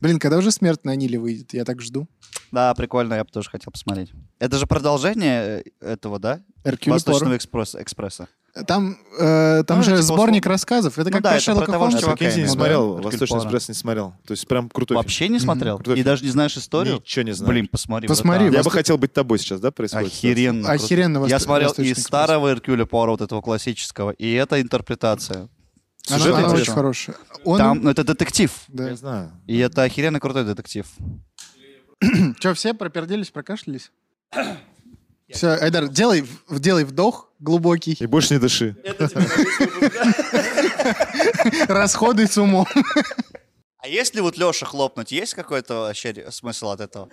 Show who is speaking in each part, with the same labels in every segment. Speaker 1: Блин, когда уже «Смерть на Ниле» выйдет? Я так жду.
Speaker 2: Да, прикольно, я бы тоже хотел посмотреть. Это же продолжение э, этого, да?
Speaker 1: «Эркюль
Speaker 2: Восточного экспресс- экспресса.
Speaker 1: Поро. Там, э, там
Speaker 2: Ну,
Speaker 1: же
Speaker 2: типа,
Speaker 1: сборник рассказов. Это
Speaker 2: Ну
Speaker 1: как
Speaker 2: да,
Speaker 1: про
Speaker 2: это
Speaker 1: Шерлока
Speaker 2: про того же
Speaker 1: Холмса.
Speaker 2: чувака.
Speaker 3: Прикинь, не
Speaker 2: ну да.
Speaker 3: смотрел,
Speaker 2: Эркюль
Speaker 3: «Восточный
Speaker 2: Пуаро».
Speaker 3: экспресс» не смотрел. То есть прям крутой фильм.
Speaker 2: Вообще не смотрел?
Speaker 3: Крутой
Speaker 2: И
Speaker 3: фильм.
Speaker 2: даже не знаешь историю?
Speaker 3: Ничего не знаю.
Speaker 2: Блин, посмотри.
Speaker 1: Посмотри,
Speaker 2: братан.
Speaker 3: Я
Speaker 1: Восток-
Speaker 3: бы хотел быть тобой сейчас, да, происходит?
Speaker 2: Охеренно. круто.
Speaker 1: Охеренно
Speaker 2: Я
Speaker 1: «Восток-
Speaker 2: смотрел
Speaker 1: «Восточный
Speaker 2: и
Speaker 1: экспресс».
Speaker 2: старого Эркюля Пуаро, вот этого классического, и это интерпретация.
Speaker 1: Она-
Speaker 3: Сюжет
Speaker 1: Она очень
Speaker 3: интересный.
Speaker 1: хорошая. Он...
Speaker 2: Там, ну, это детектив.
Speaker 3: Я не
Speaker 1: Да.
Speaker 3: знаю.
Speaker 2: И это охеренно крутой детектив.
Speaker 1: Че, все проперделись, прокашлялись? Все, Айдар, делай, в- делай вдох глубокий,
Speaker 3: И больше не дыши.
Speaker 1: расходы с умом.
Speaker 2: А если вот Леша хлопнуть, есть какой-то вообще ре- смысл от этого?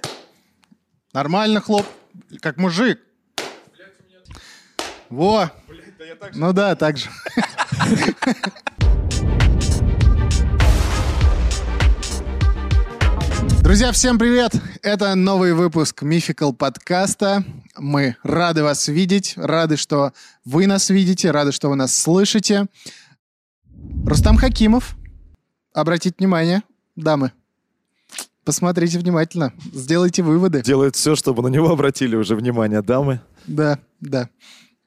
Speaker 1: Нормально хлоп, как мужик. Во! Ну да, так же. Друзья, всем привет! Это новый выпуск Мификал подкаста. Мы рады вас видеть, рады, что вы нас видите, рады, что вы нас слышите. Рустам Хакимов, обратите внимание, дамы, посмотрите внимательно, сделайте выводы.
Speaker 3: Делает все, чтобы на него обратили уже внимание дамы.
Speaker 1: Да, да.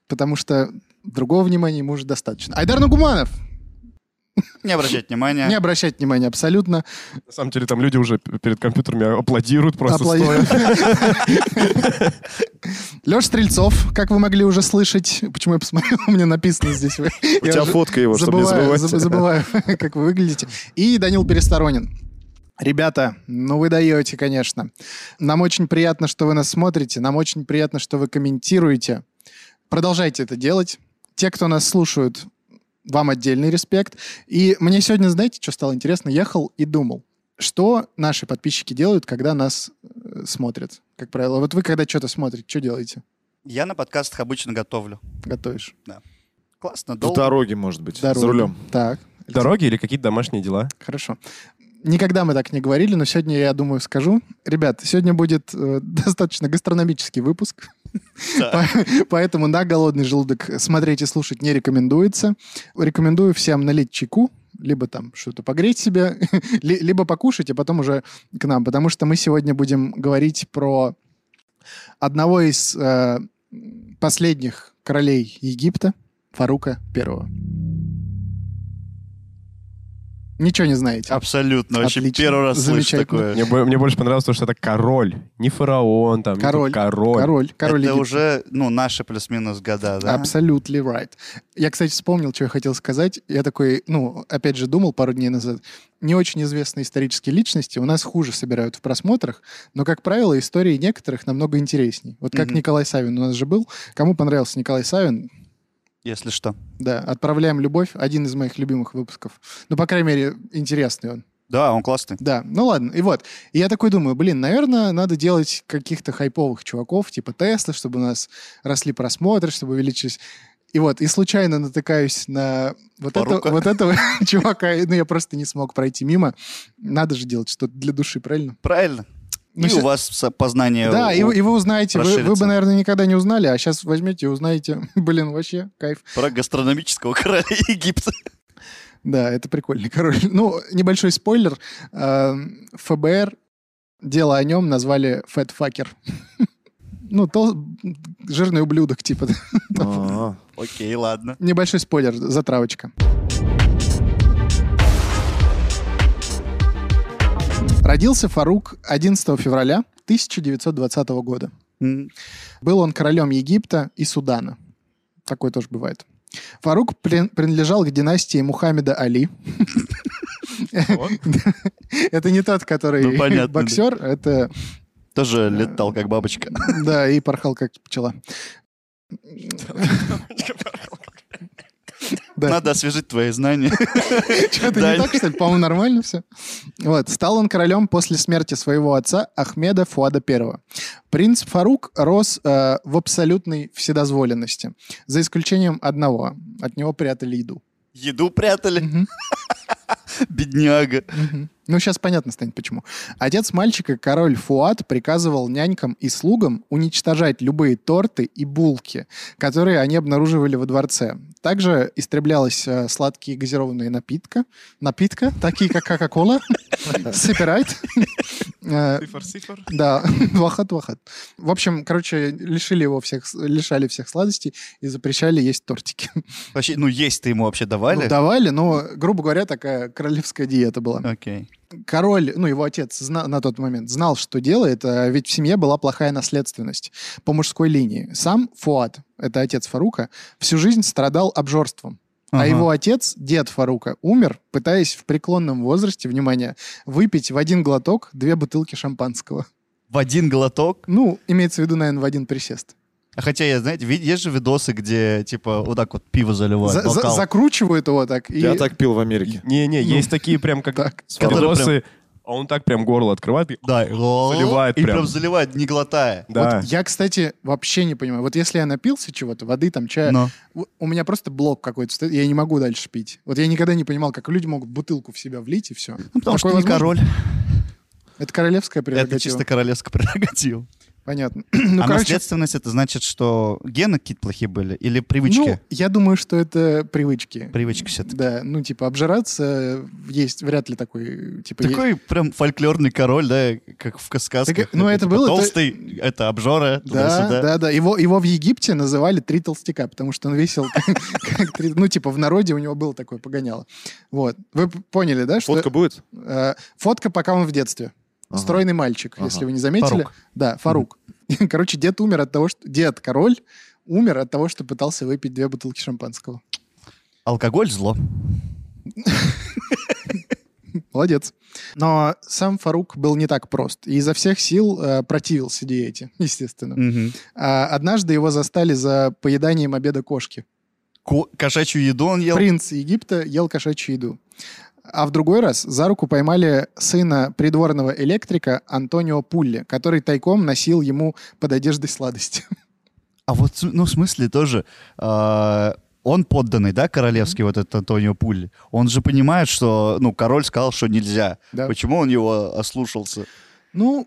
Speaker 1: Потому что другого внимания ему уже достаточно. Айдар Нагуманов!
Speaker 2: Не обращать внимания.
Speaker 1: Не обращать внимания абсолютно.
Speaker 4: На самом деле там люди уже п- перед компьютерами аплодируют просто стоя.
Speaker 1: Леша Стрельцов, как вы могли уже слышать. Почему я посмотрел, у меня написано здесь. У
Speaker 3: У тебя фотка его, чтобы не
Speaker 1: Забываю,
Speaker 3: забывать.
Speaker 1: заб- забываю, как вы выглядите. И Данил Пересторонин. Ребята, ну вы даете, конечно. Нам очень приятно, что вы нас смотрите. Нам очень приятно, что вы комментируете. Продолжайте это делать. Те, кто нас слушают, вам отдельный респект. И мне сегодня, знаете, что стало интересно? Ехал и думал, что наши подписчики делают, когда нас э, смотрят, как правило. Вот вы, когда что-то смотрите, что делаете?
Speaker 2: Я на подкастах обычно готовлю.
Speaker 1: Готовишь?
Speaker 2: Классно,
Speaker 3: В
Speaker 2: долго.
Speaker 3: дороге, Ну, может быть, за
Speaker 1: Дороги.
Speaker 3: рулем.
Speaker 1: Так.
Speaker 4: Дороги или какие-то домашние дела?
Speaker 1: Хорошо. Никогда мы так не говорили, но сегодня, я думаю, скажу. Ребят, сегодня будет э, достаточно гастрономический выпуск,
Speaker 2: Да.
Speaker 1: По- поэтому на голодный желудок смотреть и слушать не рекомендуется. Рекомендую всем налить чайку, либо там что-то погреть себе, ли- либо покушать, а потом уже к нам, потому что мы сегодня будем говорить про одного из э, последних королей Египта, Фарука Первого. Ничего не знаете.
Speaker 2: Абсолютно. Вообще
Speaker 1: Отлично.
Speaker 2: первый раз слышу
Speaker 1: Замечательно.
Speaker 2: такое.
Speaker 4: Мне, бо- мне больше понравилось то, что это король, не фараон, там, не
Speaker 1: Король.
Speaker 4: тут король.
Speaker 1: Король, король
Speaker 2: это
Speaker 1: Египта.
Speaker 2: уже, ну, наши плюс-минус года, да?
Speaker 1: Абсолютно right. Я, кстати, вспомнил, что я хотел сказать. Я такой, ну, опять же, думал пару дней назад. Не очень известные исторические личности у нас хуже собирают в просмотрах, но, как правило, истории некоторых намного интересней. Вот как
Speaker 2: Мгм.
Speaker 1: Николай Савин у нас же был. Кому понравился Николай Савин,
Speaker 2: Если что.
Speaker 1: да, «Отправляем любовь» — один из моих любимых выпусков. Ну, по крайней мере, интересный он.
Speaker 2: Да, он классный.
Speaker 1: Да, ну ладно, и вот. И я такой думаю, блин, наверное, надо делать каких-то хайповых чуваков, типа Тесла, чтобы у нас росли просмотры, чтобы увеличились... И вот, и случайно натыкаюсь на вот, это,
Speaker 2: Фарука.
Speaker 1: вот этого чувака, и, ну я просто не смог пройти мимо. Надо же делать что-то для души, правильно?
Speaker 2: Правильно.
Speaker 1: Ну,
Speaker 2: и
Speaker 1: щас-
Speaker 2: у вас со- познание...
Speaker 1: Да,
Speaker 2: у-
Speaker 1: и, вы- и вы узнаете, вы, вы бы,
Speaker 2: расширится.
Speaker 1: наверное, никогда не узнали, а сейчас возьмете и узнаете, блин, вообще кайф.
Speaker 2: Про гастрономического короля Египта.
Speaker 1: Да, это прикольный король. Ну, небольшой спойлер. э, ФБР, дело о нем назвали фэтфакер. Ну, то жирный ублюдок, типа.
Speaker 3: А,
Speaker 2: Окей, ладно.
Speaker 1: Небольшой спойлер, затравочка. Родился Фарук 11 февраля 1920 года.
Speaker 2: М,
Speaker 1: Был он королем Египта и Судана. Такое тоже бывает. Фарук прин- принадлежал к династии Мухаммеда Али. Это не тот,
Speaker 2: Ну, понятно,
Speaker 1: который
Speaker 2: да.
Speaker 1: боксер, это
Speaker 2: Тоже летал как бабочка.
Speaker 1: да, и порхал как пчела. Да.
Speaker 2: Надо освежить твои знания.
Speaker 1: Что-то не
Speaker 2: Дань.
Speaker 1: так, что ли? По-моему, нормально все. Вот. Стал он королем после смерти своего отца Ахмеда Фуада I. Принц Фарук рос э, в абсолютной вседозволенности, за исключением одного. От него прятали еду.
Speaker 2: Еду прятали.
Speaker 1: Мгм.
Speaker 2: Бедняга.
Speaker 1: Мгм. Ну, сейчас понятно станет, почему. Отец мальчика, король Фуат, приказывал нянькам и слугам уничтожать любые торты и булки, которые они обнаруживали во дворце. Также истреблялись э, сладкие газированные напитка, напитка, такие как Кока-Кола, Сиперайт. Э, Да, вахат, вахат. В общем, короче, лишили его всех, лишали всех сладостей и запрещали есть тортики.
Speaker 2: Вообще, ну есть-то ему вообще
Speaker 1: Ну,
Speaker 2: давали?
Speaker 1: давали, но, грубо говоря, такая королевская диета была
Speaker 2: Окей.
Speaker 1: король, ну, его отец зна- на тот момент знал, что делает, а ведь в семье была плохая наследственность по мужской линии. Сам Фуат, это отец Фарука, всю жизнь страдал обжорством. А
Speaker 2: Ага.
Speaker 1: его отец, дед Фарука, умер, пытаясь в преклонном возрасте, внимание, выпить в один глоток две бутылки шампанского.
Speaker 2: В один глоток.
Speaker 1: Ну, имеется в виду, наверное, в один присест.
Speaker 2: А хотя, я, знаете, ви- есть же видосы, где, типа, вот так вот пиво заливают,
Speaker 1: За- за-
Speaker 2: бокал.
Speaker 1: закручивают его так. И...
Speaker 3: Я так пил в Америке.
Speaker 4: Не-не, есть такие прям как
Speaker 1: Так.
Speaker 2: Ну. Которые
Speaker 4: видосы, а он так прям горло открывает. и-
Speaker 2: Да, и
Speaker 4: Заливает
Speaker 2: и прям.
Speaker 4: прям.
Speaker 2: заливает, не глотая.
Speaker 4: Да.
Speaker 1: Вот я, кстати, вообще не понимаю. Вот если я напился чего-то, воды, там, чая,
Speaker 2: Но.
Speaker 1: У у меня просто блок какой-то стоит, я не могу дальше пить. Вот я никогда не понимал, как люди могут бутылку в себя влить и все.
Speaker 2: Ну, потому что ты не король.
Speaker 1: Это королевская прерогатива.
Speaker 2: Это чисто королевская прерогатива.
Speaker 1: Понятно. ну,
Speaker 2: а
Speaker 1: короче,
Speaker 2: наследственность это значит, что гены какие-то плохие были или
Speaker 1: ну,
Speaker 2: привычки?
Speaker 1: я думаю, что это привычки.
Speaker 2: Привычки все-таки.
Speaker 1: Да, ну, типа, обжираться есть вряд ли такой, типа... е-
Speaker 2: Такой прям фольклорный король, да, как в сказках. Типа
Speaker 1: Так, ну, это было-
Speaker 2: Толстый, это обжора,
Speaker 1: Да,
Speaker 2: туда-сюда.
Speaker 1: да, да. Его, его в Египте называли три толстяка, потому что он весил как- как три- Ну, типа, в народе у него было такое погоняло. Вот. Вы п- поняли, да? что-
Speaker 3: Фотка будет?
Speaker 1: Э, Фотка, пока он в детстве.
Speaker 3: Ага.
Speaker 1: Стройный мальчик,
Speaker 3: Ага.
Speaker 1: если вы не заметили.
Speaker 2: Фарук.
Speaker 1: Да, Фарук. Короче, дед умер от того, что... Дед, король, умер от того, что пытался выпить две бутылки шампанского.
Speaker 2: Алкоголь зло.
Speaker 1: Молодец. Но сам Фарук был не так прост. И изо всех сил э, противился диете, естественно. А однажды его застали за поеданием обеда кошки.
Speaker 2: Ко- кошачью еду он ел.
Speaker 1: Принц Египта ел кошачью еду. А в другой раз за руку поймали сына придворного электрика Антонио Пулли, который тайком носил ему под одеждой сладости.
Speaker 2: А вот, ну, в смысле тоже, а, он подданный, да, королевский, вот этот Антонио Пулли. Он же понимает, что, ну, король сказал, что нельзя.
Speaker 1: Да.
Speaker 2: Почему он его ослушался?
Speaker 1: Ну,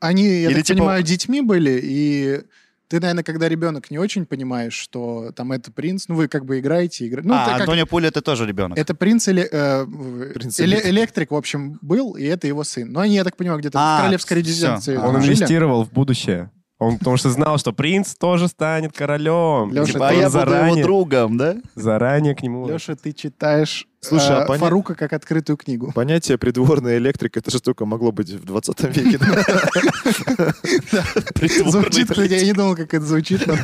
Speaker 1: они, я
Speaker 2: Или
Speaker 1: так
Speaker 2: типа-
Speaker 1: понимаю, детьми были, и ты, наверное, когда ребенок не очень понимаешь, что там это принц, ну вы как бы играете, играете. Ну,
Speaker 2: а,
Speaker 1: это как-
Speaker 2: Антонио Пулли это тоже ребенок.
Speaker 1: Это принц, эле- э, в-
Speaker 3: Принц
Speaker 1: эле-
Speaker 3: электрик.
Speaker 1: электрик, в общем, был, и это его сын. Но они, я так понимаю, где-то
Speaker 2: А,
Speaker 1: в королевской
Speaker 2: всё.
Speaker 1: резиденции
Speaker 2: А,
Speaker 4: Он
Speaker 1: жили.
Speaker 4: инвестировал в будущее. Он потому что знал, что принц тоже станет королем.
Speaker 1: Лёша,
Speaker 2: Типа,
Speaker 4: Типа,
Speaker 2: а
Speaker 4: он
Speaker 2: я буду его
Speaker 4: заранее,
Speaker 2: другом, да?
Speaker 4: заранее к нему...
Speaker 1: Леша, ты читаешь
Speaker 3: Слушай, а
Speaker 1: э,
Speaker 3: поня-
Speaker 1: Фарука как открытую книгу.
Speaker 3: Понятие придворный электрик, это же только могло быть в 20 веке. да?
Speaker 1: Звучит, кстати, я не думал, как это звучит. но-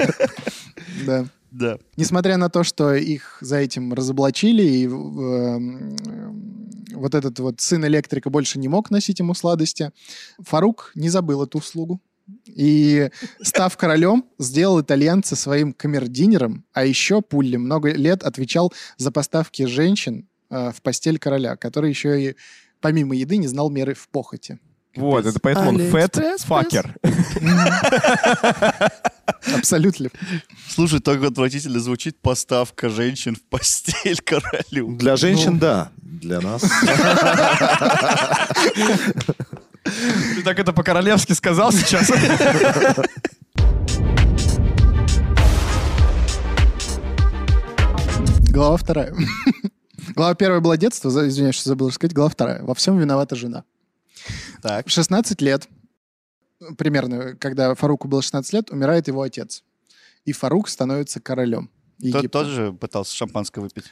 Speaker 1: Да.
Speaker 2: Да.
Speaker 1: Несмотря на то, что их за этим разоблачили, и э, м, эм, вот этот вот сын электрика больше не мог носить ему сладости, Фарук не забыл эту услугу. И, став королем, сделал итальянца своим камердинером, а еще Пулли много лет отвечал за поставки женщин э, в постель короля, который еще и помимо еды не знал меры в похоти.
Speaker 4: Вот, это поэтому он фэт факер.
Speaker 1: Абсолютно.
Speaker 2: Слушай, так отвратительно звучит поставка женщин в постель королю.
Speaker 3: Для женщин, да. Для нас.
Speaker 4: Ты так это по-королевски сказал сейчас.
Speaker 1: Глава вторая. Глава первая была детство, за- извиняюсь, что забыл рассказать. Глава вторая. Во всем виновата жена.
Speaker 2: Так.
Speaker 1: В 16 лет, примерно, когда Фаруку было 16 лет, умирает его отец. И Фарук становится королем Египта.
Speaker 2: Тот тоже пытался шампанское выпить.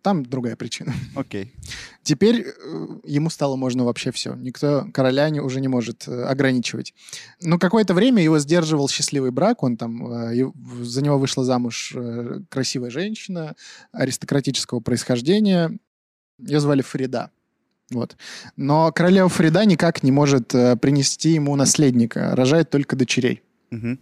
Speaker 1: Там другая причина.
Speaker 2: Окей.
Speaker 1: Теперь э, ему стало можно вообще все. Никто короля не, уже не может э, ограничивать. Но какое-то время его сдерживал счастливый брак. Он там, э, и в- за него вышла замуж э, красивая женщина аристократического происхождения. Ее звали Фрида. Вот. Но королева Фрида никак не может э, принести ему наследника. Рожает только дочерей.
Speaker 2: Мгм.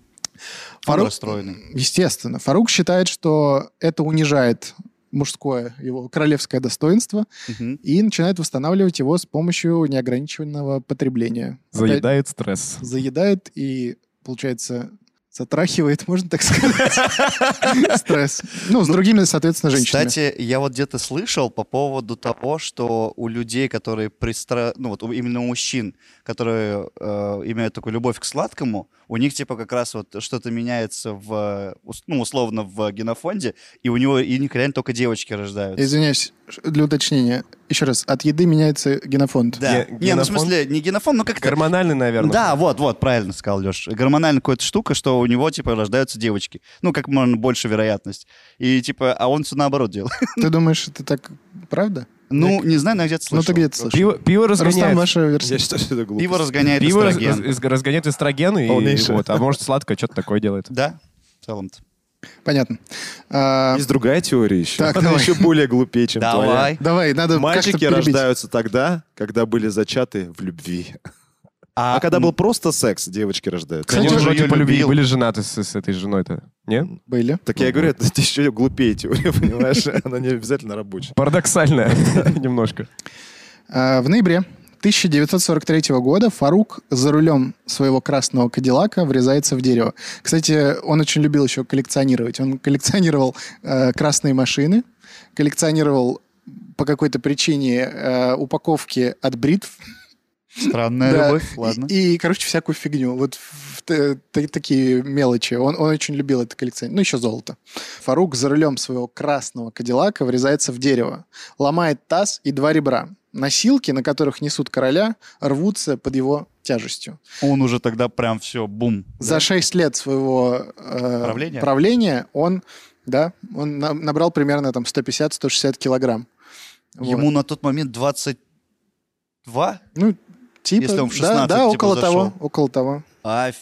Speaker 2: Он
Speaker 1: Фарук-
Speaker 2: расстроенный.
Speaker 1: Естественно. Фарук считает, что это унижает мужское его королевское достоинство
Speaker 2: Мгм.
Speaker 1: и начинает восстанавливать его с помощью неограниченного потребления. Опять
Speaker 4: Заедает стресс.
Speaker 1: заедает и, получается, Затрахивает, можно так сказать. Стресс. Ну, с другими, соответственно, женщинами.
Speaker 2: Кстати, я вот где-то слышал по поводу того, что у людей, которые пристра... ну вот у- именно у мужчин, которые э, имеют такую любовь к сладкому, у них типа как раз вот что-то меняется в, э, ус- ну условно в генофонде, и у него и у них реально только девочки рождаются.
Speaker 1: Извиняюсь, ш- для уточнения. Еще раз, от еды меняется генофонд.
Speaker 2: Да.
Speaker 4: Ге-
Speaker 2: Не, ну в
Speaker 4: генофон?
Speaker 2: смысле не генофон, ну как это?
Speaker 4: Гормональный, наверное.
Speaker 2: Да, вот, вот, правильно сказал Леша. Гормональная какая-то штука, что у него, типа, рождаются девочки. Ну, как можно больше вероятность. И, типа, а он все наоборот делал.
Speaker 1: Ты думаешь, это так правда?
Speaker 2: Ну, не знаю, но я где-то
Speaker 1: Ну,
Speaker 2: слышал.
Speaker 1: ты где-то слышал.
Speaker 4: Пиво, пиво
Speaker 1: Рустам,
Speaker 4: разгоняет.
Speaker 1: ваша версия.
Speaker 3: Я считаю, что это глупо.
Speaker 2: Пиво разгоняет
Speaker 4: Пиво раз-
Speaker 2: эстроген.
Speaker 4: раз- разгоняет эстроген, и,
Speaker 3: Полнейшее.
Speaker 4: вот, а может сладкое что-то такое делает.
Speaker 2: Да, в целом-то.
Speaker 1: Понятно. А,
Speaker 3: Есть другая теория еще.
Speaker 1: Так,
Speaker 3: Она
Speaker 1: давай.
Speaker 3: еще более глупее, чем
Speaker 2: Давай.
Speaker 1: Давай, надо
Speaker 3: твоя.
Speaker 1: как-то
Speaker 3: Мальчики
Speaker 1: перебить.
Speaker 3: рождаются тогда, когда были зачаты в любви. А, когда был просто секс, девочки рождаются.
Speaker 1: Кстати,
Speaker 4: Они
Speaker 1: он
Speaker 4: же
Speaker 2: её
Speaker 4: типа любили,
Speaker 2: любил.
Speaker 4: были женаты с, с этой женой-то, не?
Speaker 1: Были.
Speaker 3: Так я и говорю, это еще глупее теория, понимаешь? Она не обязательно рабочая.
Speaker 4: Парадоксально немножко.
Speaker 1: А, В ноябре 1943 года Фарук за рулем своего красного кадиллака врезается в дерево. Кстати, он очень любил еще коллекционировать. Он коллекционировал э, красные машины, коллекционировал по какой-то причине э, упаковки от бритв.
Speaker 2: Странная
Speaker 1: Да.
Speaker 2: любовь, ладно.
Speaker 1: И, и, короче, всякую фигню. Вот в т- т- такие мелочи. Он, он очень любил это коллекционировать. Ну, еще золото. Фарук за рулем своего красного кадиллака врезается в дерево, ломает таз и два ребра. Носилки, на которых несут короля, рвутся под его тяжестью.
Speaker 2: Он уже тогда прям все, бум.
Speaker 1: За шесть лет своего э,
Speaker 2: Правления?
Speaker 1: правления он, да, он на- набрал примерно там 150-160 килограмм.
Speaker 2: Ему
Speaker 1: Вот.
Speaker 2: на тот момент 22?
Speaker 1: ну, типа,
Speaker 2: если он в
Speaker 1: да,
Speaker 2: 16,
Speaker 1: да,
Speaker 2: типа,
Speaker 1: около того,
Speaker 2: зашел.
Speaker 1: около того.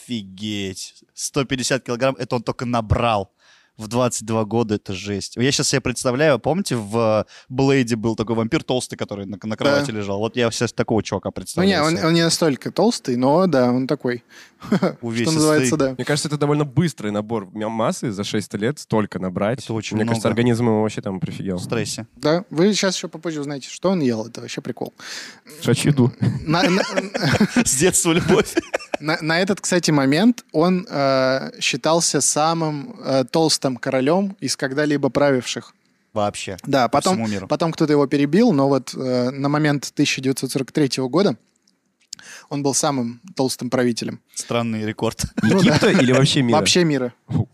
Speaker 2: Офигеть. 150 килограмм, это он только набрал. В 22 года это жесть. Я сейчас себе представляю, помните, в э, Блейде был такой вампир толстый, который на, на кровати лежал. Вот я сейчас такого чувака
Speaker 1: Ну, не,
Speaker 2: представляю.
Speaker 1: он,
Speaker 2: себе.
Speaker 1: он не настолько толстый, но да, он такой.
Speaker 2: Увесистый.
Speaker 1: Что называется, да.
Speaker 4: Мне кажется, это довольно быстрый набор м- массы за 6 лет, столько набрать.
Speaker 2: Это очень
Speaker 4: Мне
Speaker 2: много.
Speaker 4: кажется, организм его вообще там
Speaker 2: в
Speaker 4: прифигел.
Speaker 2: стрессе.
Speaker 1: Да, вы сейчас еще попозже узнаете, что он ел, это вообще прикол.
Speaker 4: Шачу еду.
Speaker 1: На, на-
Speaker 2: С детства любовь.
Speaker 1: на- на этот, кстати, момент он э, считался самым э, толстым королем из когда-либо правивших.
Speaker 2: Вообще.
Speaker 1: Да, потом,
Speaker 2: всему миру.
Speaker 1: потом кто-то его перебил, но вот э, на момент 1943 года он был самым толстым правителем
Speaker 2: Странный рекорд.
Speaker 4: Египта или вообще мира?
Speaker 1: вообще мира.
Speaker 4: Фу.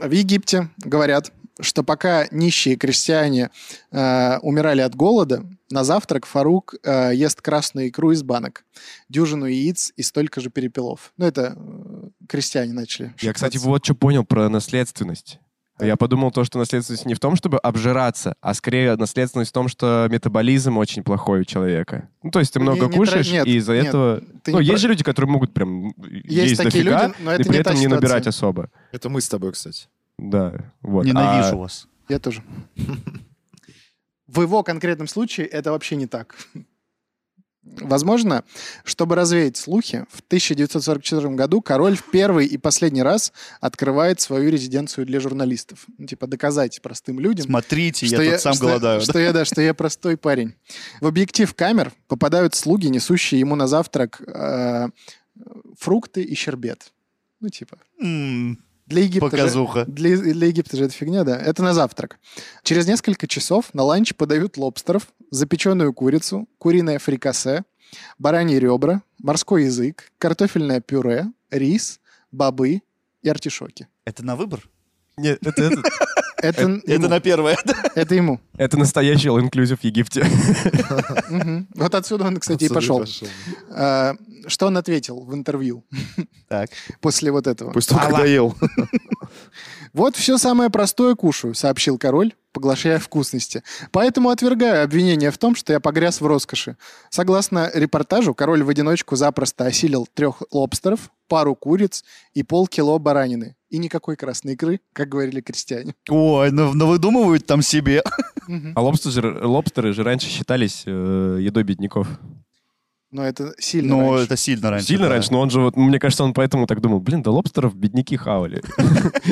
Speaker 1: В Египте говорят, что пока нищие крестьяне э, умирали от голода, на завтрак Фарук э, ест красную икру из банок, дюжину яиц и столько же перепелов. Ну, это э, крестьяне начали.
Speaker 4: Я, кстати, вот что понял про наследственность.
Speaker 1: А.
Speaker 4: Я подумал то, что наследственность не в том, чтобы обжираться, а скорее наследственность в том, что метаболизм очень плохой у человека. Ну, то есть ты
Speaker 1: Не-
Speaker 4: много
Speaker 1: не
Speaker 4: кушаешь,
Speaker 1: тра- нет,
Speaker 4: и из-за
Speaker 1: нет,
Speaker 4: этого...
Speaker 1: ты
Speaker 4: ну,
Speaker 1: не
Speaker 4: есть
Speaker 1: прав.
Speaker 4: же люди, которые могут прям есть,
Speaker 1: такие
Speaker 4: дофига,
Speaker 1: люди, но
Speaker 4: и
Speaker 1: это
Speaker 4: при
Speaker 1: не та
Speaker 4: этом не
Speaker 1: ситуация.
Speaker 4: набирать особо.
Speaker 3: Это мы с тобой, кстати.
Speaker 4: Да, вот. А
Speaker 2: Ненавижу вас.
Speaker 1: Я тоже. В его конкретном случае это вообще не так. Возможно, чтобы развеять слухи, в 1944 году король в первый и последний раз открывает свою резиденцию для журналистов. Ну, типа доказать простым людям,
Speaker 2: Смотрите, я тут сам
Speaker 1: что-
Speaker 2: голодаю.
Speaker 1: Что я, да, что я простой парень. В объектив камер попадают слуги, несущие ему на завтрак э, фрукты и щербет. Ну, типа,
Speaker 2: М,
Speaker 1: для Египта же-
Speaker 2: Показуха.
Speaker 1: для, для Египта же это фигня, да. Это на завтрак. Через несколько часов на ланч подают лобстеров, запеченную курицу, куриное фрикасе, бараньи ребра, морской язык, картофельное пюре, рис, бобы и артишоки.
Speaker 2: Это на выбор?
Speaker 4: Нет, это, это-
Speaker 1: Это, ему,
Speaker 2: Это на первое.
Speaker 1: это ему.
Speaker 4: это настоящий all-inclusive в Египте.
Speaker 1: Мгм. Вот отсюда он, кстати, и
Speaker 3: Отсюда
Speaker 1: пошел. А, Что он ответил в интервью
Speaker 2: Так.
Speaker 1: после вот этого?
Speaker 3: Пусть он когда ел.
Speaker 1: «Вот все самое простое кушаю», — сообщил король, поглощая вкусности. «Поэтому отвергаю обвинение в том, что я погряз в роскоши». Согласно репортажу, король в одиночку запросто осилил трех лобстеров, пару куриц и полкило баранины. И никакой красной икры, как говорили крестьяне.
Speaker 2: Ой, ну ну выдумывают там себе.
Speaker 1: Мгм.
Speaker 4: А лобстеры, лобстеры же раньше считались э, едой бедняков.
Speaker 1: Но это сильно
Speaker 2: Ну,
Speaker 1: раньше.
Speaker 2: это сильно раньше.
Speaker 4: Сильно
Speaker 2: да.
Speaker 4: раньше, но он же, вот, ну, мне кажется, он поэтому так думал, блин, да лобстеров бедняки хавали.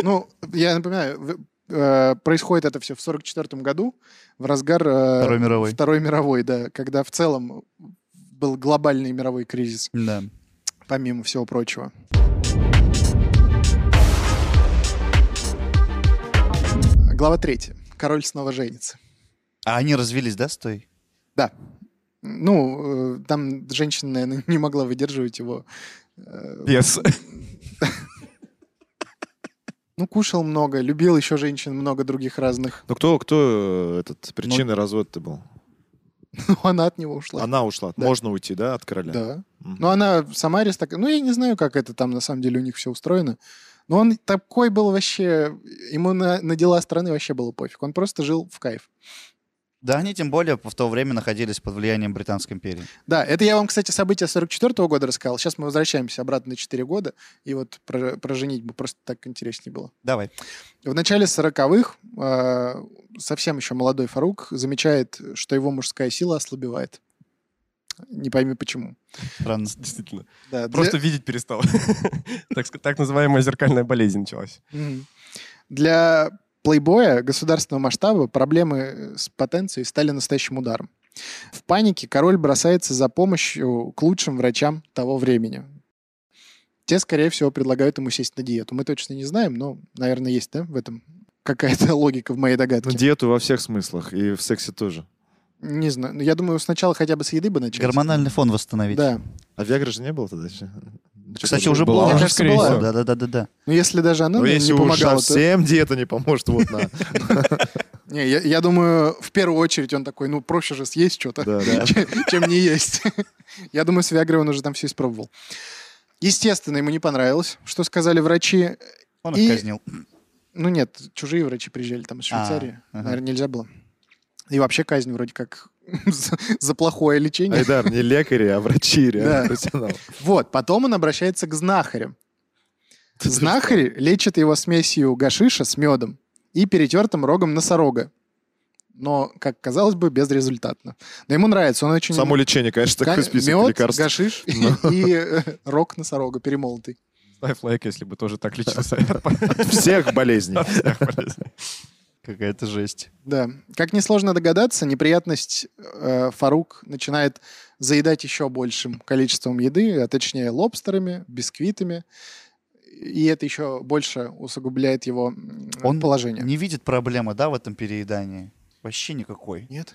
Speaker 1: Ну, я напоминаю, в- э, происходит это все в 44 году, в разгар... э,
Speaker 2: Второй мировой.
Speaker 1: Второй мировой, да, когда в целом ну. был глобальный мировой кризис.
Speaker 2: Да.
Speaker 1: помимо всего прочего. Глава третья. Король снова женится.
Speaker 2: А они развелись, да, с той?
Speaker 1: Да. Ну, э, там женщина, наверное, не могла выдерживать его. э,
Speaker 4: Пес.
Speaker 1: Ну, кушал много, любил еще женщин много других разных.
Speaker 3: Ну кто, кто э,
Speaker 1: Ну,
Speaker 3: этот причиной развода-то был?
Speaker 1: Но она от него ушла.
Speaker 3: Она ушла.
Speaker 1: Да.
Speaker 3: Можно уйти, да, от короля?
Speaker 1: Да.
Speaker 3: Мгм.
Speaker 1: Ну, она в Самаре такая... Ну, я не знаю, как это там на самом деле у них все устроено. Но он такой был вообще... Ему на, на дела страны вообще было пофиг. Он просто жил в кайф.
Speaker 2: Да, они тем более в то время находились под влиянием Британской империи.
Speaker 1: Да, это я вам, кстати, события 44 года рассказал. Сейчас мы возвращаемся обратно на 4 года. И вот про, про женитьбу просто так интереснее было.
Speaker 2: Давай.
Speaker 1: В начале 40-х э, совсем еще молодой Фарук замечает, что его мужская сила ослабевает. Не пойми почему.
Speaker 2: Странно.
Speaker 4: Действительно.
Speaker 1: Да, для-
Speaker 4: Просто видеть перестал. Так ск- Так называемая зеркальная болезнь началась.
Speaker 1: Мгм. Для плейбоя государственного масштаба проблемы с потенцией стали настоящим ударом. В панике король бросается за помощью к лучшим врачам того времени. Те, скорее всего, предлагают ему сесть на диету. Мы точно не знаем, но, наверное, есть, да, в этом какая-то логика в моей
Speaker 3: Ну,
Speaker 1: догадке.
Speaker 3: диету во всех смыслах, и в сексе тоже.
Speaker 1: Не знаю. Ну, Я думаю, сначала хотя бы с еды бы начать.
Speaker 2: Гормональный фон восстановить.
Speaker 1: Да.
Speaker 3: А Виагры же не было тогда еще?
Speaker 2: Кстати, уже
Speaker 4: Была
Speaker 2: было.
Speaker 1: Мне
Speaker 4: уже,
Speaker 1: кажется,
Speaker 4: скорее
Speaker 1: была.
Speaker 4: всего.
Speaker 2: Да, да, да, да, да.
Speaker 1: Ну, если даже она
Speaker 3: Ну,
Speaker 1: наверное,
Speaker 3: если
Speaker 1: не
Speaker 3: уж
Speaker 1: помогала, то...
Speaker 3: совсем диета не поможет, вот на.
Speaker 1: Не, я, я думаю, в первую очередь он такой, ну, проще же съесть что-то,
Speaker 3: Да, да.
Speaker 1: чем- чем не есть. Я думаю, с Виагрой он уже там все испробовал. Естественно, ему не понравилось, что сказали врачи.
Speaker 2: Он
Speaker 1: И-
Speaker 2: их казнил.
Speaker 1: Ну нет, чужие врачи приезжали там из Швейцарии.
Speaker 2: ага.
Speaker 1: Наверное, нельзя было. И вообще казнь вроде как за за плохое лечение.
Speaker 3: Айдар, не лекари, а врачи,
Speaker 1: Да.
Speaker 3: реально профессионал.
Speaker 1: Вот, потом он обращается к знахарям. Знахарь лечит его смесью гашиша с медом и перетертым рогом носорога. Но, как казалось бы, безрезультатно. Но ему нравится, он очень...
Speaker 3: Само лечение, конечно, такой список
Speaker 1: мед,
Speaker 3: лекарств. Ну.
Speaker 1: гашиш и, и, э, рог носорога перемолотый.
Speaker 4: Ставь лайк, если бы тоже так лечился.
Speaker 3: От всех болезней.
Speaker 2: Какая-то жесть.
Speaker 1: Да. Как несложно догадаться, неприятность э, Фарук начинает заедать еще большим количеством еды, а точнее лобстерами, бисквитами. И это еще больше усугубляет его м,
Speaker 2: Он
Speaker 1: положение.
Speaker 2: Не видит проблемы, да, в этом переедании? Вообще никакой.
Speaker 1: Нет.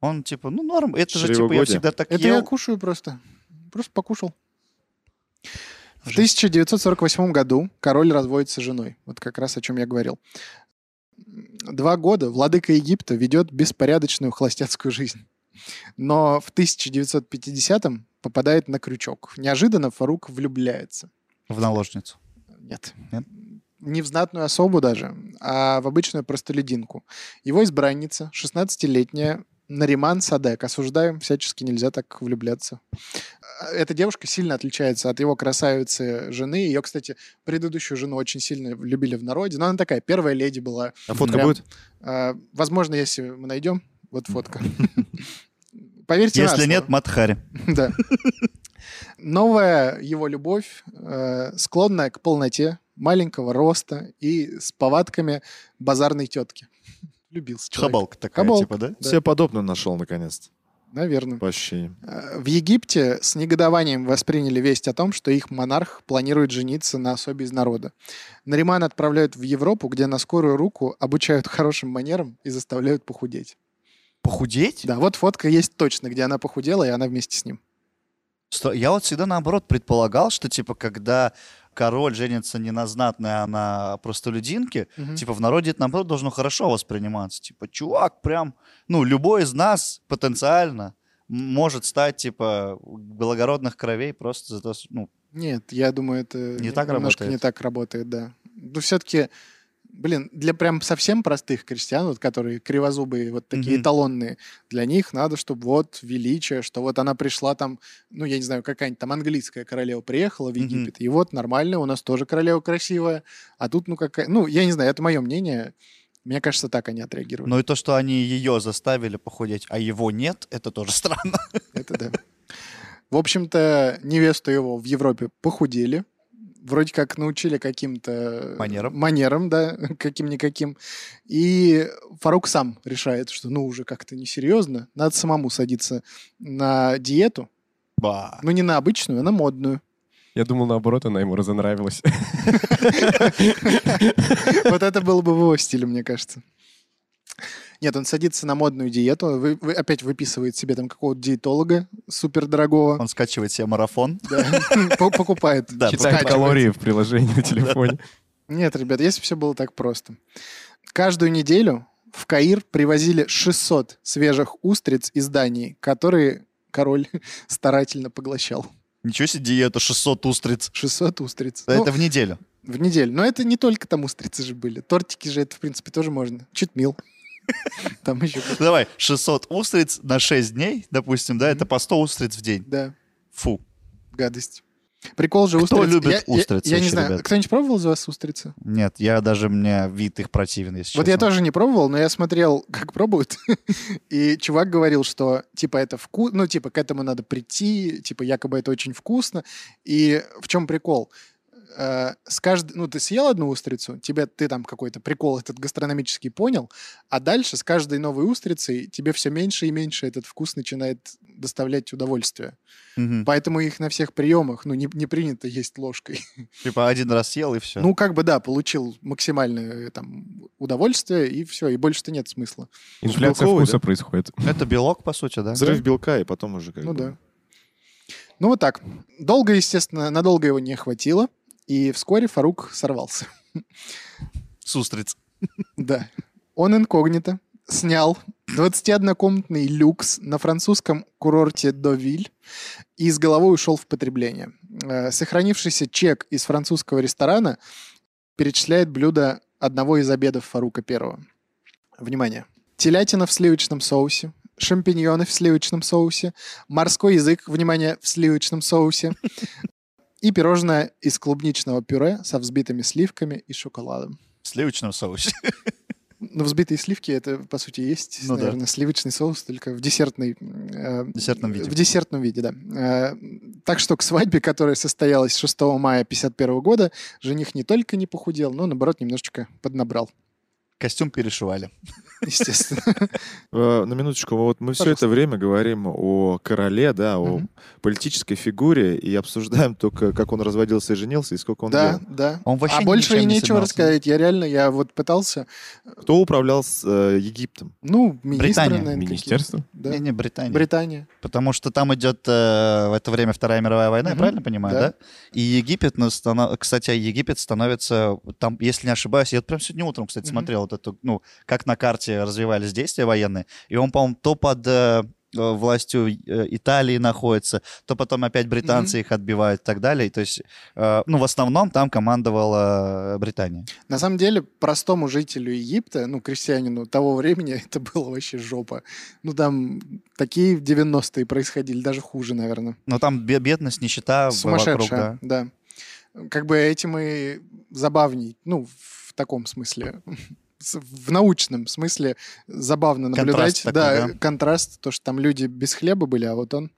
Speaker 2: Он типа, ну норм, это же типа я
Speaker 3: Чревоугодие.
Speaker 2: всегда так
Speaker 1: Это я
Speaker 2: ел.
Speaker 1: кушаю просто. Просто покушал. В
Speaker 2: Жесть.
Speaker 1: 1948 году король разводится с женой. Вот как раз о чем я говорил. Два года владыка Египта ведет беспорядочную холостяцкую жизнь. Но в 1950-м попадает на крючок. Неожиданно Фарук влюбляется.
Speaker 2: В наложницу.
Speaker 1: Нет.
Speaker 2: Нет?
Speaker 1: Не в знатную особу даже, а в обычную простолюдинку. Его избранница, 16-летняя Нариман Садек. Осуждаем, всячески нельзя так влюбляться. А, Эта девушка сильно отличается от его красавицы жены. Ее, кстати, предыдущую жену очень сильно любили в народе. Но она такая, первая леди была.
Speaker 3: А фотка
Speaker 1: Прям.
Speaker 3: будет?
Speaker 1: А, Возможно, если мы найдем, вот фотка. Поверьте на
Speaker 2: Если
Speaker 1: слово.
Speaker 2: нет, Матхари.
Speaker 1: Да. Новая его любовь, э, склонная к полноте, маленького роста и с повадками базарной тетки. Влюбился человек.
Speaker 2: Хабалка такая,
Speaker 1: Хабалка.
Speaker 2: типа, да?
Speaker 1: Да.
Speaker 3: Все подобное нашел, наконец-то,
Speaker 1: Наверное.
Speaker 3: по ощущениям.
Speaker 1: Э, В Египте с негодованием восприняли весть о том, что их монарх планирует жениться на особе из народа. Наримана отправляют в Европу, где на скорую руку обучают хорошим манерам и заставляют похудеть.
Speaker 2: Похудеть?
Speaker 1: Да, вот фотка есть точно, где она похудела, и она вместе с ним.
Speaker 2: Сто- Я вот всегда наоборот предполагал, что типа когда король женится не на знатной, а на простолюдинке,
Speaker 1: Мгм.
Speaker 2: типа в народе это наоборот должно хорошо восприниматься. Типа чувак прям, ну любой из нас потенциально м- может стать типа благородных кровей просто за то, что, ну
Speaker 1: Нет, я думаю, это
Speaker 2: Не так
Speaker 1: немножко
Speaker 2: работает?
Speaker 1: не так работает, да. Ну, все-таки, блин, для прям совсем простых крестьян, вот которые кривозубые, вот такие
Speaker 2: Мгм.
Speaker 1: эталонные, для них надо, чтобы вот величие, что вот она пришла там, ну, я не знаю, какая-нибудь там английская королева приехала в
Speaker 2: Мгм.
Speaker 1: Египет, и вот нормально, у нас тоже королева красивая, а тут, ну, какая... Ну, я не знаю, это мое мнение. Мне кажется, так они отреагировали.
Speaker 2: Ну и то, что они ее заставили похудеть, а его нет, это тоже странно.
Speaker 1: Это да. В общем-то, невесту его в Европе похудели. Вроде как научили каким-то...
Speaker 2: Манерам.
Speaker 1: Манерам, да, каким-никаким. И Фарук сам решает, что ну уже как-то несерьезно, надо самому садиться на диету.
Speaker 2: Ба.
Speaker 1: Ну не на обычную, а на модную.
Speaker 4: Я думал, наоборот, она ему разонравилась.
Speaker 1: Вот это было бы в его стиле, мне кажется. Нет, он садится на модную диету, вы- вы- опять выписывает себе там какого-то диетолога супердорогого,
Speaker 2: Он скачивает себе марафон.
Speaker 1: да, по- покупает.
Speaker 2: Да,
Speaker 4: Читает
Speaker 1: скачивает.
Speaker 4: калории в приложении на телефоне.
Speaker 1: Нет, ребят, если бы все было так просто. Каждую неделю в Каир привозили 600 свежих устриц из Дании, которые король старательно поглощал.
Speaker 2: Ничего себе диета, 600 устриц.
Speaker 1: 600 устриц.
Speaker 2: Да
Speaker 1: Ну,
Speaker 2: Это в неделю.
Speaker 1: В неделю. Но это не только там устрицы же были. Тортики же это, в принципе, тоже можно. Читмил. Там еще... как-
Speaker 2: Давай, 600 устриц на 6 дней, допустим, да, это по 100 устриц в день.
Speaker 1: Да,
Speaker 2: Фу.
Speaker 1: гадость. Прикол же
Speaker 2: Кто
Speaker 1: устриц.
Speaker 2: любит
Speaker 1: Я- я-
Speaker 2: устриц
Speaker 1: Я, не
Speaker 2: вообще,
Speaker 1: знаю,
Speaker 2: ребят?
Speaker 1: кто-нибудь пробовал из вас устрицы?
Speaker 2: Нет, я даже, мне вид их противен, если
Speaker 1: Вот я
Speaker 2: честно.
Speaker 1: тоже не пробовал, но я смотрел, как пробуют. И чувак говорил, что типа это вкусно, ну типа к этому надо прийти, типа якобы это очень вкусно. И в чем прикол? Э, С кажд- Ну, ты съел одну устрицу, тебе ты там какой-то прикол этот гастрономический понял, а дальше с каждой новой устрицей тебе все меньше и меньше этот вкус начинает доставлять удовольствие.
Speaker 2: Мгм.
Speaker 1: Поэтому их на всех приемах, ну, не, не принято есть ложкой.
Speaker 2: Типа один раз съел и все.
Speaker 1: Ну, как бы, да, получил максимальное э, там удовольствие, и все, и больше-то нет смысла.
Speaker 4: Инфляция
Speaker 3: Белковый,
Speaker 4: вкуса
Speaker 3: да?
Speaker 4: происходит.
Speaker 2: это белок, по сути, да?
Speaker 3: Взрыв белка, и потом уже как
Speaker 1: Ну
Speaker 3: бы-
Speaker 1: да. Ну вот так. Долго, естественно, надолго его не хватило, и вскоре Фарук сорвался.
Speaker 2: С устриц.
Speaker 1: Да. Он инкогнито снял 21-комнатный люкс на французском курорте Довиль и с головой ушел в потребление. Э, Сохранившийся чек из французского ресторана перечисляет блюдо одного из обедов Фарука Первого. Внимание. Телятина в сливочном соусе, шампиньоны в сливочном соусе, морской язык, внимание, в сливочном соусе и пирожное из клубничного пюре со взбитыми сливками и шоколадом.
Speaker 2: В сливочном соусе.
Speaker 1: Ну, взбитые сливки это, по сути, и есть,
Speaker 2: Ну да.
Speaker 1: наверное, сливочный соус, только в десертной... э,
Speaker 2: В десертном виде.
Speaker 1: В десертном виде, да. Э, так что к свадьбе, которая состоялась 6 мая 51 года, жених не только не похудел, но, наоборот, немножечко поднабрал,
Speaker 2: Костюм перешивали.
Speaker 1: естественно.
Speaker 3: Э, На минуточку, вот мы все
Speaker 1: Пожалуйста.
Speaker 3: это время говорим о короле, да, о
Speaker 1: Мгм.
Speaker 3: политической фигуре, и обсуждаем только, как он разводился и женился, и сколько он
Speaker 1: Да,
Speaker 3: ел.
Speaker 1: да.
Speaker 2: Он вообще
Speaker 1: А больше и
Speaker 2: ничем не
Speaker 1: нечего
Speaker 2: занимался.
Speaker 1: рассказать. Я реально, я вот пытался,
Speaker 3: Кто управлял с, э, Египтом?
Speaker 1: ну, министры,
Speaker 2: Британия,
Speaker 1: наверное, какие-то.
Speaker 4: Министерство?
Speaker 1: Да.
Speaker 2: Не-не, Британия.
Speaker 1: Британия.
Speaker 2: Потому что там идет э, в это время Вторая мировая война, я
Speaker 1: Мгм.
Speaker 2: правильно понимаю,
Speaker 1: Да.
Speaker 2: да? И Египет, ну, стано- кстати, Египет становится, там, если не ошибаюсь, я вот прям сегодня утром, кстати,
Speaker 1: Мгм.
Speaker 2: смотрел вот эту, ну, как на карте развивались действия военные, и он, по-моему, то под э, э, властью э, Италии находится, то потом опять британцы их отбивают и так далее. То есть, э, ну, в основном там командовала э, Британия.
Speaker 1: На самом деле, простому жителю Египта, ну, крестьянину того времени, это было вообще жопа. Ну, там такие 90-е происходили, даже хуже, наверное.
Speaker 2: Но там бе- бедность, нищета вокруг, да.
Speaker 1: Сумасшедшая, да. Как бы этим и забавней, ну, в таком смысле, с- в научном смысле забавно
Speaker 2: Контраст
Speaker 1: наблюдать.
Speaker 2: такой,
Speaker 1: да,
Speaker 2: да?
Speaker 1: контраст, то, что там люди без хлеба были, а вот он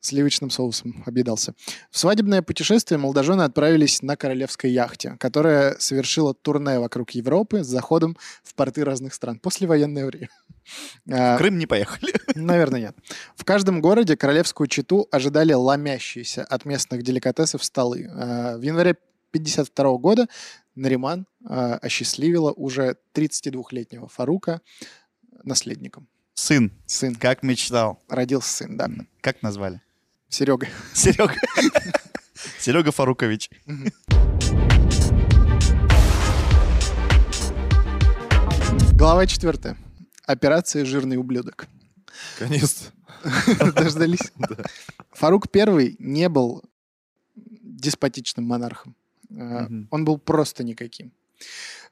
Speaker 1: сливочным соусом объедался. В свадебное путешествие молодожены отправились на королевской яхте, которая совершила турне вокруг Европы с заходом в порты разных стран. Послевоенное время.
Speaker 2: В
Speaker 1: А,
Speaker 2: Крым не поехали.
Speaker 1: Наверное, нет. В каждом городе королевскую читу ожидали ломящиеся от местных деликатесов столы. Э, В январе 1952 года Нариман э, осчастливила уже 32-летнего Фарука наследником.
Speaker 2: Сын,
Speaker 1: Сын.
Speaker 2: как мечтал.
Speaker 1: Родился сын, да.
Speaker 2: Как назвали?
Speaker 1: Серега.
Speaker 2: Серега. Серега Фарукович.
Speaker 1: Глава четвертая. Операция «Жирный ублюдок».
Speaker 3: Конец.
Speaker 1: Дождались. Фарук Первый не был деспотичным монархом. Э,
Speaker 2: Мгм.
Speaker 1: Он был просто никаким.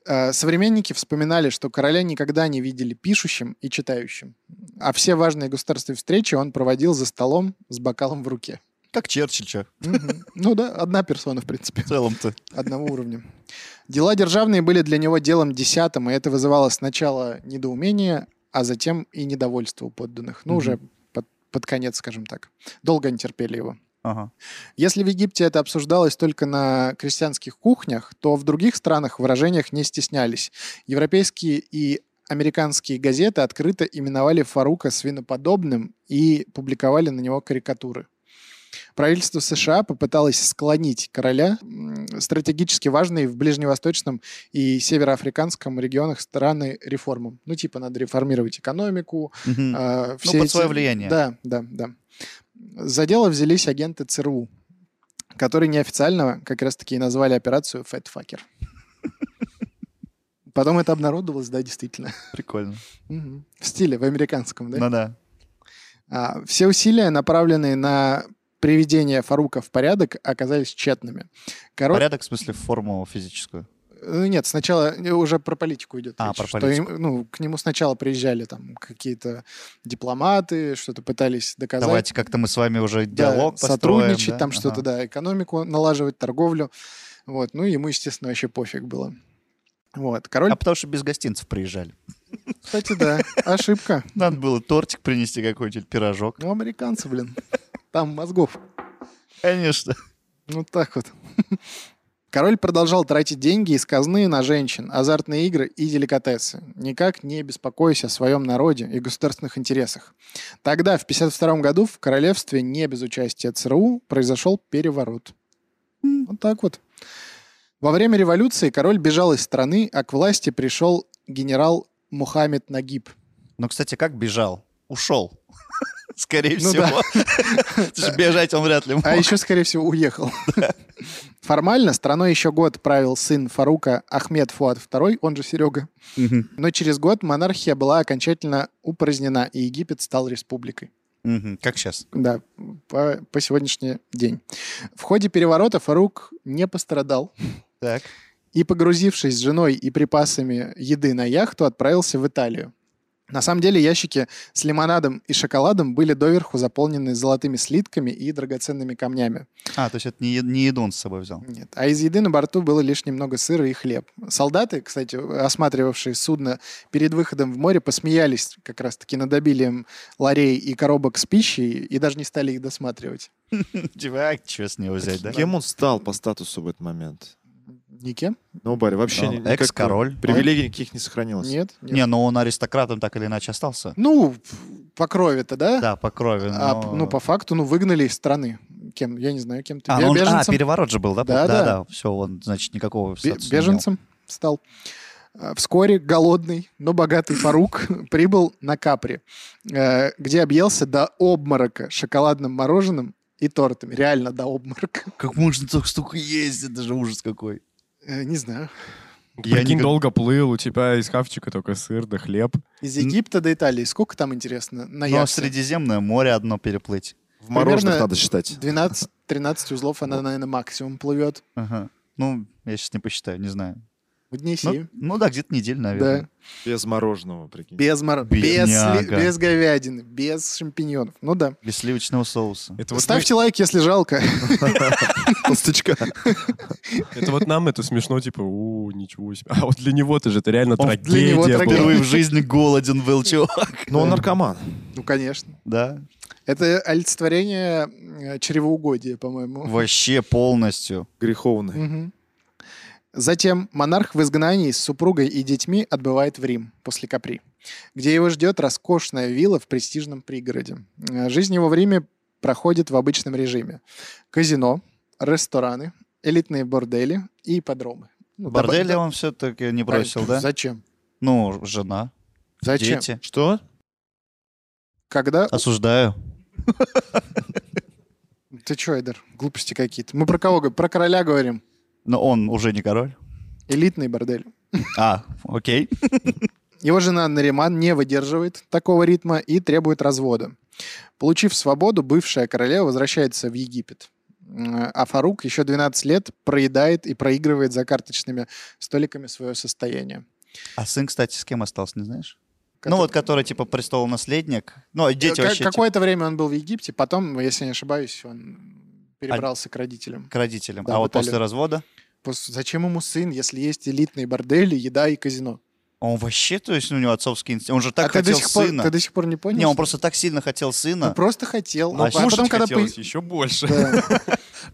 Speaker 1: Э, Современники вспоминали, что короля никогда не видели пишущим и читающим, а все важные государственные встречи он проводил за столом с бокалом в руке.
Speaker 2: Как Черчилль, чё,
Speaker 1: Мгм. Ну да, одна персона, в принципе
Speaker 2: в целом-то.
Speaker 1: одного уровня. Дела державные были для него делом десятым, и это вызывало сначала недоумение, а затем и недовольство у подданных. Ну,
Speaker 2: Мгм.
Speaker 1: уже под, под конец, скажем так. Долго не терпели его.
Speaker 2: Ага.
Speaker 1: Если в Египте это обсуждалось только на крестьянских кухнях, то в других странах в выражениях не стеснялись. Европейские и американские газеты открыто именовали Фарука свиноподобным и публиковали на него карикатуры. Правительство США попыталось склонить короля м, стратегически важные в ближневосточном и североафриканском регионах страны реформам. Ну, типа, надо реформировать экономику.
Speaker 2: Мгм.
Speaker 1: э,
Speaker 2: Ну,
Speaker 1: все
Speaker 2: под
Speaker 1: эти-
Speaker 2: свое влияние.
Speaker 1: Да, да, да. За дело взялись агенты ЦРУ, которые неофициально как раз-таки и назвали операцию «Фэтфакер». Потом это обнародовалось, да, действительно.
Speaker 2: Прикольно.
Speaker 1: Мгм. В стиле, в американском, да?
Speaker 2: Ну да.
Speaker 1: А, Все усилия, направленные на приведение Фарука в порядок, оказались тщетными. Король...
Speaker 2: Порядок, в смысле, форму физическую.
Speaker 1: Э, Нет, сначала э, уже про политику идет
Speaker 2: А,
Speaker 1: речь,
Speaker 2: про
Speaker 1: что
Speaker 2: политику.
Speaker 1: им- ну, к нему сначала приезжали там какие-то дипломаты, что-то пытались доказать.
Speaker 2: Давайте как-то мы с вами уже
Speaker 1: Да,
Speaker 2: диалог построим.
Speaker 1: сотрудничать,
Speaker 2: да?
Speaker 1: там что-то,
Speaker 2: Ага.
Speaker 1: да, экономику налаживать, торговлю. Вот, ну, ему, естественно, вообще пофиг было. Вот, король,
Speaker 2: А потому что без гостинцев приезжали.
Speaker 1: кстати, да, ошибка.
Speaker 2: Надо было тортик принести какой-нибудь, пирожок.
Speaker 1: Ну, американцы, блин, там мозгов
Speaker 2: Конечно.
Speaker 1: Ну так вот. Король продолжал тратить деньги из казны на женщин, азартные игры и деликатесы, никак не беспокоясь о своем народе и государственных интересах. Тогда, в 1952 году, в королевстве не без участия ЦРУ произошел переворот. Вот так вот. Во время революции король бежал из страны, а к власти пришел генерал Мухаммед Нагиб.
Speaker 2: Ну, кстати, как бежал? Ушел. Скорее
Speaker 1: Ну
Speaker 2: всего. Потому что Бежать он вряд ли мог.
Speaker 1: А еще, скорее всего, уехал. Формально страной еще год правил сын Фарука Ахмед Фуат II, он же Серега.
Speaker 2: Мгм.
Speaker 1: Но через год монархия была окончательно упразднена, и Египет стал республикой.
Speaker 2: Мгм. Как сейчас?
Speaker 1: Да, по, по сегодняшний день. В ходе переворота Фарук не пострадал
Speaker 2: Так.
Speaker 1: и, погрузившись с женой и припасами еды на яхту, отправился в Италию. На самом деле ящики с лимонадом и шоколадом были доверху заполнены золотыми слитками и драгоценными камнями.
Speaker 2: А, то есть это не, е- не еду он с собой взял.
Speaker 1: Нет. А из еды на борту было лишь немного сыра и хлеб. Солдаты, кстати, осматривавшие судно перед выходом в море, посмеялись как раз-таки над обилием ларей и коробок с пищей и даже не стали их досматривать.
Speaker 2: Типа, а, чё с него взять, да?
Speaker 3: Кем он стал по статусу в этот момент?
Speaker 1: Никем?
Speaker 3: Ну, Барри, вообще
Speaker 2: Ну,
Speaker 3: ни- никакого-
Speaker 2: экс-король.
Speaker 3: Привилегий никаких не сохранилось.
Speaker 1: Нет? Нет.
Speaker 2: Не, но он аристократом так или иначе остался.
Speaker 1: Ну, по крови-то, да?
Speaker 2: Да, по крови.
Speaker 1: А,
Speaker 2: но-
Speaker 1: ну, по факту, ну, выгнали из страны. Кем? Я не знаю, кем ты.
Speaker 2: А,
Speaker 1: Бе-
Speaker 2: ну он- а,
Speaker 1: беженцем?
Speaker 2: переворот же был, да? был?
Speaker 1: Да,
Speaker 2: да.
Speaker 1: да.
Speaker 2: Все, он, значит, никакого
Speaker 1: Бе-
Speaker 2: статуса не имел.
Speaker 1: беженцем стал. А, Вскоре голодный, но богатый Фарук прибыл на Капри, э, где объелся до обморока шоколадным мороженым и тортами. Реально до обморока.
Speaker 2: Как можно так столько есть? Это же ужас какой.
Speaker 1: Э, Не знаю.
Speaker 2: Я
Speaker 4: Прикинь,
Speaker 2: никак-
Speaker 4: долго плыл, у тебя из хавчика только сыр да хлеб.
Speaker 1: Из Египта до Италии. Сколько там, интересно, на
Speaker 2: Но
Speaker 1: яхте?
Speaker 2: Ну, а Средиземное море одно переплыть.
Speaker 3: В мороженых
Speaker 1: Примерно-
Speaker 3: надо считать.
Speaker 1: 12-13 узлов
Speaker 2: Ну.
Speaker 1: она, наверное, максимум плывет.
Speaker 2: Ага. Ну, я сейчас не посчитаю, не знаю.
Speaker 1: В дней
Speaker 2: Ну,
Speaker 1: семь.
Speaker 2: ну да, где-то неделю, наверное.
Speaker 1: Да.
Speaker 3: Без мороженого, прикинь.
Speaker 1: Без, мор... без,
Speaker 2: Бедняга.
Speaker 1: сли- без говядины, без шампиньонов. Ну да.
Speaker 2: Без сливочного соуса.
Speaker 4: Это вот,
Speaker 1: Ставьте лайк, если жалко.
Speaker 3: толстячка.
Speaker 4: мы- это вот нам это смешно, типа, у ничего себе. А вот для него-то же это реально
Speaker 2: Он для
Speaker 4: трагедия
Speaker 1: него
Speaker 4: была.
Speaker 1: трагедия.
Speaker 2: Впервые в жизни голоден был, чувак.
Speaker 3: Но он наркоман.
Speaker 1: Ну, конечно.
Speaker 2: Да.
Speaker 1: Это олицетворение э, чревоугодия, по-моему.
Speaker 2: Вообще полностью.
Speaker 3: Греховный.
Speaker 1: Мгм. Затем монарх в изгнании с супругой и детьми отбывает в Рим после Капри, где его ждет роскошная вилла в престижном пригороде. Э, Жизнь его в Риме проходит в обычном режиме. Казино, рестораны, элитные бордели и ипподромы. Ну, добав-
Speaker 2: Бордели
Speaker 1: да-
Speaker 2: он все-таки не
Speaker 1: да,
Speaker 2: бросил, да?
Speaker 1: Зачем?
Speaker 2: Ну, жена,
Speaker 1: Зачем?
Speaker 2: дети. А
Speaker 3: Что?
Speaker 1: Когда...
Speaker 2: Осуждаю.
Speaker 1: Ты чё, Эдер? Глупости какие-то. Мы про кого говорим? Про короля говорим.
Speaker 2: Но он уже не король.
Speaker 1: Элитные бордели.
Speaker 2: А, окей.
Speaker 1: Его жена Нариман не выдерживает такого ритма и требует развода. Получив свободу, бывшая королева возвращается в Египет. М, А Фарук еще 12 лет проедает и проигрывает за карточными столиками свое состояние.
Speaker 2: А сын, кстати, с кем остался, не знаешь?
Speaker 1: Кото-
Speaker 2: Ну, вот который, типа, престолонаследник. Ну, а дети
Speaker 1: Э, Ка-
Speaker 2: вообще, типа,
Speaker 1: Какое-то время он был в Египте, потом, если не ошибаюсь, он перебрался к родителям.
Speaker 2: к родителям.
Speaker 1: Да,
Speaker 2: а
Speaker 1: в
Speaker 2: вот после
Speaker 1: Италию.
Speaker 2: развода?
Speaker 1: Пос- Зачем ему сын, если есть элитные бордели, еда и казино?
Speaker 2: Он вообще, то есть, у него отцовский инстинкт. Он же
Speaker 1: А
Speaker 2: так
Speaker 1: ты до
Speaker 2: хотел
Speaker 1: сих пор-
Speaker 2: сына.
Speaker 1: ты до сих пор не понял?
Speaker 2: Не, он
Speaker 1: что-
Speaker 2: просто так сильно хотел
Speaker 1: Ну,
Speaker 2: сына.
Speaker 1: просто хотел.
Speaker 2: А
Speaker 1: А потом, когда... по-
Speaker 4: еще больше.
Speaker 1: Да.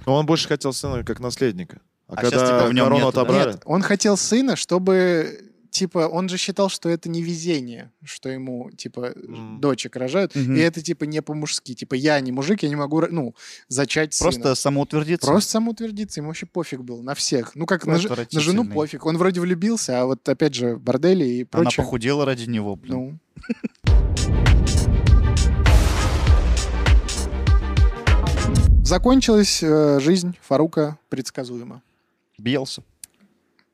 Speaker 3: Но он больше хотел сына как наследника. А,
Speaker 2: А щас,
Speaker 3: когда
Speaker 2: типа, в нем
Speaker 3: корону
Speaker 2: нету, да?
Speaker 3: отобрали...
Speaker 1: Нет, он хотел сына, чтобы типа, он же считал, что это не везение, что ему, типа,
Speaker 2: Мгм.
Speaker 1: дочек рожают,
Speaker 2: Мгм.
Speaker 1: и это, типа, не по-мужски. Типа, я не мужик, я не могу, ро- ну, зачать сына.
Speaker 2: Просто самоутвердиться.
Speaker 1: Просто самоутвердиться, ему вообще пофиг был на всех. Ну, как на, ж- на жену
Speaker 2: Отвратительный.
Speaker 1: пофиг. Он вроде влюбился, а вот, опять же, бордели и
Speaker 2: Она
Speaker 1: прочее.
Speaker 2: похудела ради него, блин.
Speaker 1: Ну, Закончилась э, жизнь Фарука предсказуемо.
Speaker 2: Бьелся.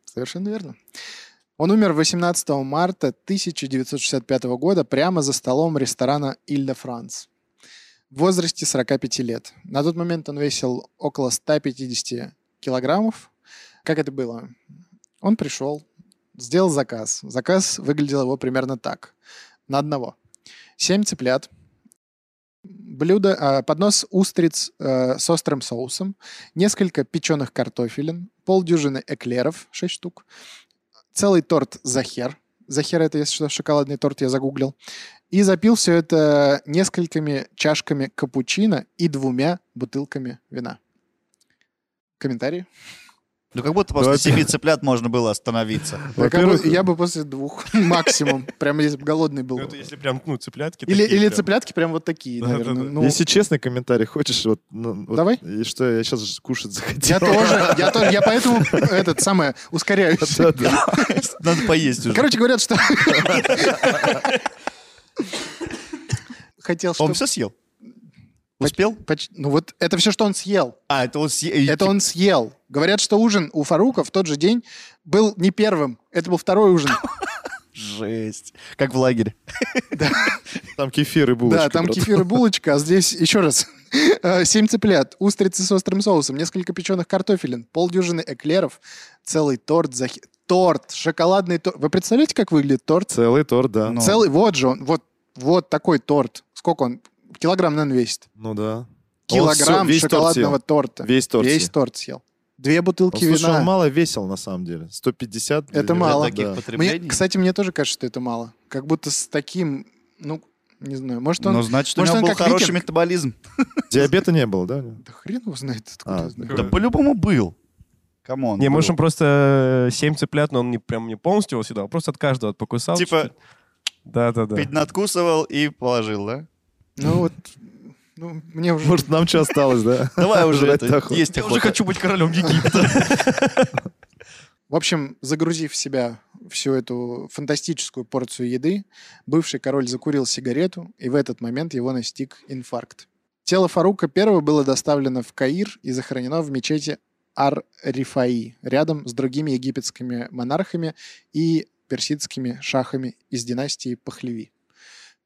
Speaker 1: Совершенно верно. Он умер 18 марта 1965 года прямо за столом ресторана Ильда Франс в возрасте 45 лет. На тот момент он весил около 150 килограммов. Как это было? Он пришел, сделал заказ. Заказ выглядел его примерно так. На одного. 7 цыплят, блюдо, э, поднос устриц э, с острым соусом, несколько печеных картофелин, полдюжины эклеров, 6 штук, целый торт «Захер». «Захер» — это, если что, шоколадный торт, я загуглил. И запил все это несколькими чашками капучино и двумя бутылками вина. Комментарии?
Speaker 2: Ну, как будто после
Speaker 3: это-
Speaker 2: семи цыплят можно было остановиться.
Speaker 1: Да как бы
Speaker 3: Во-первых,
Speaker 1: а я бы после двух максимум, прямо если бы голодный был.
Speaker 4: Ну, это если прям, ну, цыплятки
Speaker 1: Или,
Speaker 4: такие
Speaker 1: или
Speaker 4: прям.
Speaker 1: цыплятки прям вот такие,
Speaker 4: Да-да-да.
Speaker 1: наверное. Ну,
Speaker 3: Если честно, комментарий хочешь, вот... ну, вот-
Speaker 1: Давай.
Speaker 3: И что, я сейчас кушать
Speaker 1: Я
Speaker 3: захотел.
Speaker 1: тоже, я тоже, я поэтому э, этот самое ускоряюсь.
Speaker 3: Да-да.
Speaker 2: Надо поесть уже.
Speaker 1: Короче, говорят, что... Хотел,
Speaker 2: Он
Speaker 1: чтобы...
Speaker 2: все съел? Успел?
Speaker 1: поч- Ну вот это все, что он съел.
Speaker 2: А, это он съел.
Speaker 1: Это он съел. Говорят, что ужин у Фарука в тот же день был не первым. Это был второй ужин.
Speaker 2: Жесть. Как в лагере.
Speaker 3: Там кефир и булочка.
Speaker 1: Да, там
Speaker 3: братан.
Speaker 1: кефир и булочка, а здесь еще раз. э, Семь цыплят, устрицы с острым соусом, несколько печеных картофелин, полдюжины эклеров, целый торт. захи- Торт, шоколадный торт. Вы представляете, как выглядит торт?
Speaker 3: Целый торт, да.
Speaker 2: Ну.
Speaker 1: Целый, вот же он, вот, вот такой торт. Сколько он? Килограмм, наверное, весит.
Speaker 3: Ну да. Он всё-
Speaker 1: Килограмм
Speaker 3: весь торт
Speaker 1: шоколадного торта.
Speaker 3: съел. Весь торт.
Speaker 1: Весь
Speaker 3: съел.
Speaker 1: торт съел. Две бутылки
Speaker 3: Он, слушай, он
Speaker 1: вина.
Speaker 3: мало весил, на самом деле. 150.
Speaker 1: Это
Speaker 3: для него,
Speaker 1: мало.
Speaker 3: да.
Speaker 2: Таких
Speaker 1: Мне,
Speaker 2: потреблений.
Speaker 1: кстати, мне тоже кажется, что это мало. Как будто с таким, ну, не знаю, может он...
Speaker 2: Ну, значит, у
Speaker 1: может,
Speaker 2: него
Speaker 1: он
Speaker 2: был
Speaker 1: как
Speaker 2: хороший
Speaker 1: викинг?
Speaker 2: метаболизм.
Speaker 3: Диабета не было, да? у него?
Speaker 1: Да хрен его знает, откуда
Speaker 3: А,
Speaker 1: я знаю.
Speaker 2: Да по-любому был. Камон.
Speaker 4: Не,
Speaker 2: был.
Speaker 4: может, он просто 7 цыплят, но он не прям не полностью его съедал, а просто от каждого покусал.
Speaker 2: Типа,
Speaker 4: Да-да-да.
Speaker 2: пить надкусывал и положил, да?
Speaker 1: Ну вот, ну, мне уже...
Speaker 3: Может, нам что осталось, да?
Speaker 2: Давай уже
Speaker 3: Жрать
Speaker 2: это,
Speaker 3: охота.
Speaker 2: есть охота.
Speaker 4: быть королем Египта.
Speaker 1: В общем, загрузив в себя всю эту фантастическую порцию еды, бывший король закурил сигарету, и в этот момент его настиг инфаркт. Тело Фарука I было доставлено в Каир и захоронено в мечети Ар-Рифаи, рядом с другими египетскими монархами и персидскими шахами из династии Пахлеви.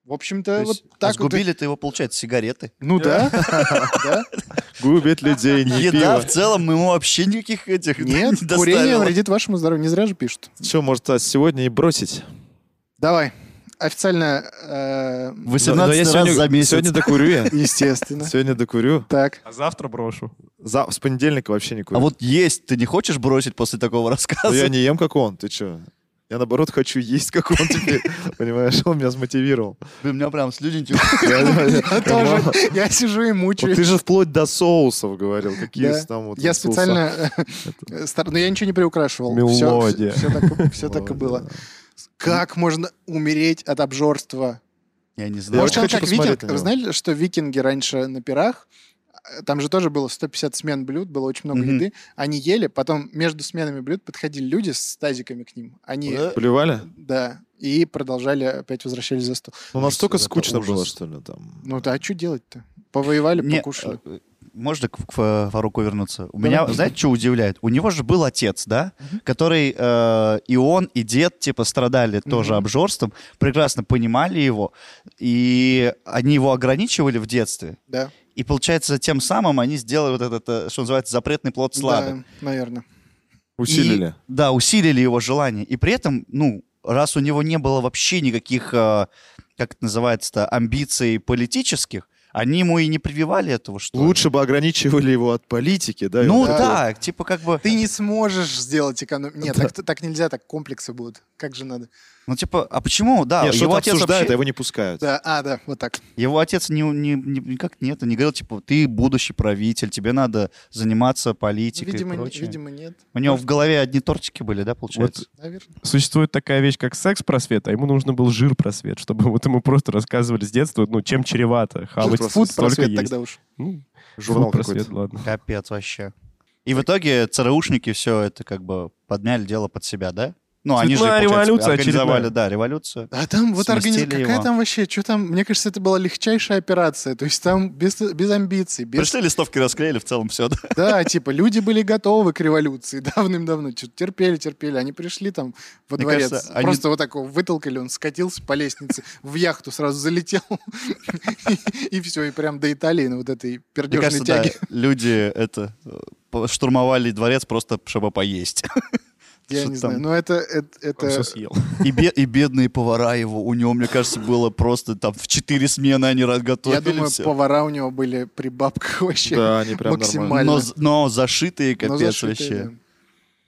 Speaker 1: В
Speaker 2: То
Speaker 1: общем-то, вот
Speaker 2: есть,
Speaker 1: так вот... и-
Speaker 2: сгубили-то его, получается, сигареты.
Speaker 1: Ну да, да.
Speaker 3: Губит людей, не
Speaker 2: Еда
Speaker 3: пиво.
Speaker 2: в целом ему вообще никаких этих
Speaker 1: Нет,
Speaker 2: не
Speaker 1: курение
Speaker 2: доставила.
Speaker 1: вредит вашему здоровью, не зря же пишут.
Speaker 3: Что, может, а сегодня и бросить?
Speaker 1: Давай. Официально, э,
Speaker 2: 18 раз
Speaker 3: сегодня,
Speaker 2: за месяц.
Speaker 3: Сегодня докурю я.
Speaker 1: естественно.
Speaker 3: Сегодня докурю.
Speaker 1: Так.
Speaker 4: А завтра брошу.
Speaker 3: За, с понедельника вообще не курю.
Speaker 2: А вот есть ты не хочешь бросить после такого
Speaker 3: Но
Speaker 2: рассказа?
Speaker 3: я не ем, как он, ты чё? Я, наоборот, хочу есть, как он теперь. Понимаешь, он меня смотивировал.
Speaker 2: Блин, у меня прям слюненький.
Speaker 3: Я- я-
Speaker 1: Я
Speaker 3: я-
Speaker 1: тоже.
Speaker 3: Вот
Speaker 1: Я сижу и
Speaker 3: Ты
Speaker 1: мучаюсь.
Speaker 3: же вплоть до соусов говорил. Какие
Speaker 1: Да.
Speaker 3: там вот
Speaker 1: Я
Speaker 3: соуса.
Speaker 1: специально... э, стар- Но я ничего не приукрашивал. Всё-
Speaker 4: Мелодия.
Speaker 1: Все так, всё так и
Speaker 3: Ладно.
Speaker 1: было. Как можно умереть от обжорства?
Speaker 2: Я не
Speaker 3: Я
Speaker 2: знаю.
Speaker 1: Может,
Speaker 3: очень
Speaker 1: он
Speaker 3: хочу
Speaker 1: как
Speaker 3: посмотреть
Speaker 1: викинг?
Speaker 3: на
Speaker 1: Вы
Speaker 3: него.
Speaker 1: знали, что викинги раньше на пирах, э, там же тоже было 150 смен блюд, было очень много
Speaker 2: Мгм.
Speaker 1: еды. Они ели, потом между сменами блюд подходили люди с тазиками к ним. Они,
Speaker 2: Да.
Speaker 3: Плевали?
Speaker 1: да, и продолжали, опять возвращались за стол.
Speaker 3: Ну,
Speaker 2: Ужас,
Speaker 3: настолько
Speaker 2: это
Speaker 3: скучно
Speaker 2: ужас.
Speaker 3: было, что ли, там.
Speaker 1: Ну да, а что делать-то? Повоевали,
Speaker 2: Не,
Speaker 1: покушали.
Speaker 2: э, Можно к, к Фа- Фаруку вернуться? У
Speaker 1: Давай.
Speaker 2: меня, знаете, что удивляет? У него же был отец, да, который э, и он, и дед, типа, страдали тоже
Speaker 1: Мгм.
Speaker 2: обжорством, прекрасно понимали его, и они его ограничивали в детстве.
Speaker 1: Да.
Speaker 2: И, получается, тем самым они сделали вот этот, э, что называется, запретный плод славы.
Speaker 1: Да, наверное.
Speaker 3: Усилили.
Speaker 2: И, да, усилили его желание. И при этом, ну, раз у него не было вообще никаких, э, как это называется-то, амбиций политических, они ему и не прививали этого, что ли.
Speaker 3: Лучше бы ограничивали его от политики, да? и
Speaker 2: Ну
Speaker 3: вот это вот.
Speaker 2: да, типа как бы...
Speaker 1: ну, Ты не сможешь сделать экономию. Нет, так, так нельзя, так комплексы будут. Как же надо.
Speaker 2: Ну, типа, а почему? Да,
Speaker 3: Нет,
Speaker 2: его
Speaker 3: что-то
Speaker 2: отец,
Speaker 3: обсуждают, а
Speaker 2: вообще-
Speaker 3: его не пускают.
Speaker 1: Да, а, да, вот так.
Speaker 2: его отец не, не- не- никак нет, он не говорил, типа, ты будущий правитель, тебе надо заниматься политикой
Speaker 1: Видимо,
Speaker 2: и
Speaker 1: не-
Speaker 2: прочее.
Speaker 1: видимо, нет.
Speaker 2: У него в голове одни тортики были, да, получается?
Speaker 1: Наверное.
Speaker 4: Существует такая вещь, как секс-просвет, а ему нужно был жир-просвет, чтобы вот ему просто рассказывали с детства, ну, чем чревато.
Speaker 2: А
Speaker 4: Хавать
Speaker 3: Жир-просвет.
Speaker 4: фуд только
Speaker 1: Просвет
Speaker 4: есть.
Speaker 1: тогда уж.
Speaker 4: Ну,
Speaker 3: Журнал
Speaker 4: фуд-просвет,
Speaker 3: какой-то.
Speaker 4: ладно.
Speaker 2: Капец вообще. И в итоге ЦРУшники все это как бы подмяли дело под себя, да? Ну, они же,
Speaker 4: Цветная
Speaker 2: получается,
Speaker 4: революция
Speaker 2: организовали,
Speaker 4: очередная.
Speaker 2: да, революцию.
Speaker 1: А там вот органи-
Speaker 2: Сместили
Speaker 1: какая
Speaker 2: его.
Speaker 1: там вообще, что там, мне кажется, это была легчайшая операция, то есть там без, без амбиций, без...
Speaker 2: Пришли, листовки расклеили, в целом все, да?
Speaker 1: Да, типа, люди были готовы к революции давным-давно, чё-то терпели, терпели, они пришли там во
Speaker 2: Мне
Speaker 1: дворец,
Speaker 2: кажется, они-
Speaker 1: просто вот так его вытолкали, он скатился по лестнице, в яхту сразу залетел, и все, и прям до Италии на вот этой
Speaker 2: Мне
Speaker 1: пердежной
Speaker 2: кажется, да,
Speaker 1: тяге.
Speaker 2: люди это э, по- штурмовали дворец просто, чтобы поесть.
Speaker 1: Я
Speaker 2: что
Speaker 1: не
Speaker 2: там?
Speaker 1: знаю, но это... это- это-
Speaker 4: Все съел.
Speaker 2: И, бе- и бедные повара его, у него, мне кажется, было просто там в четыре смены они готовили
Speaker 1: Я думаю,
Speaker 2: всё.
Speaker 1: повара у него были при бабках вообще.
Speaker 3: Да, они прям
Speaker 1: Максимально.
Speaker 3: нормально.
Speaker 2: Но, з- но зашитые,
Speaker 1: но
Speaker 2: капец
Speaker 1: зашитые,
Speaker 2: вообще.
Speaker 1: да.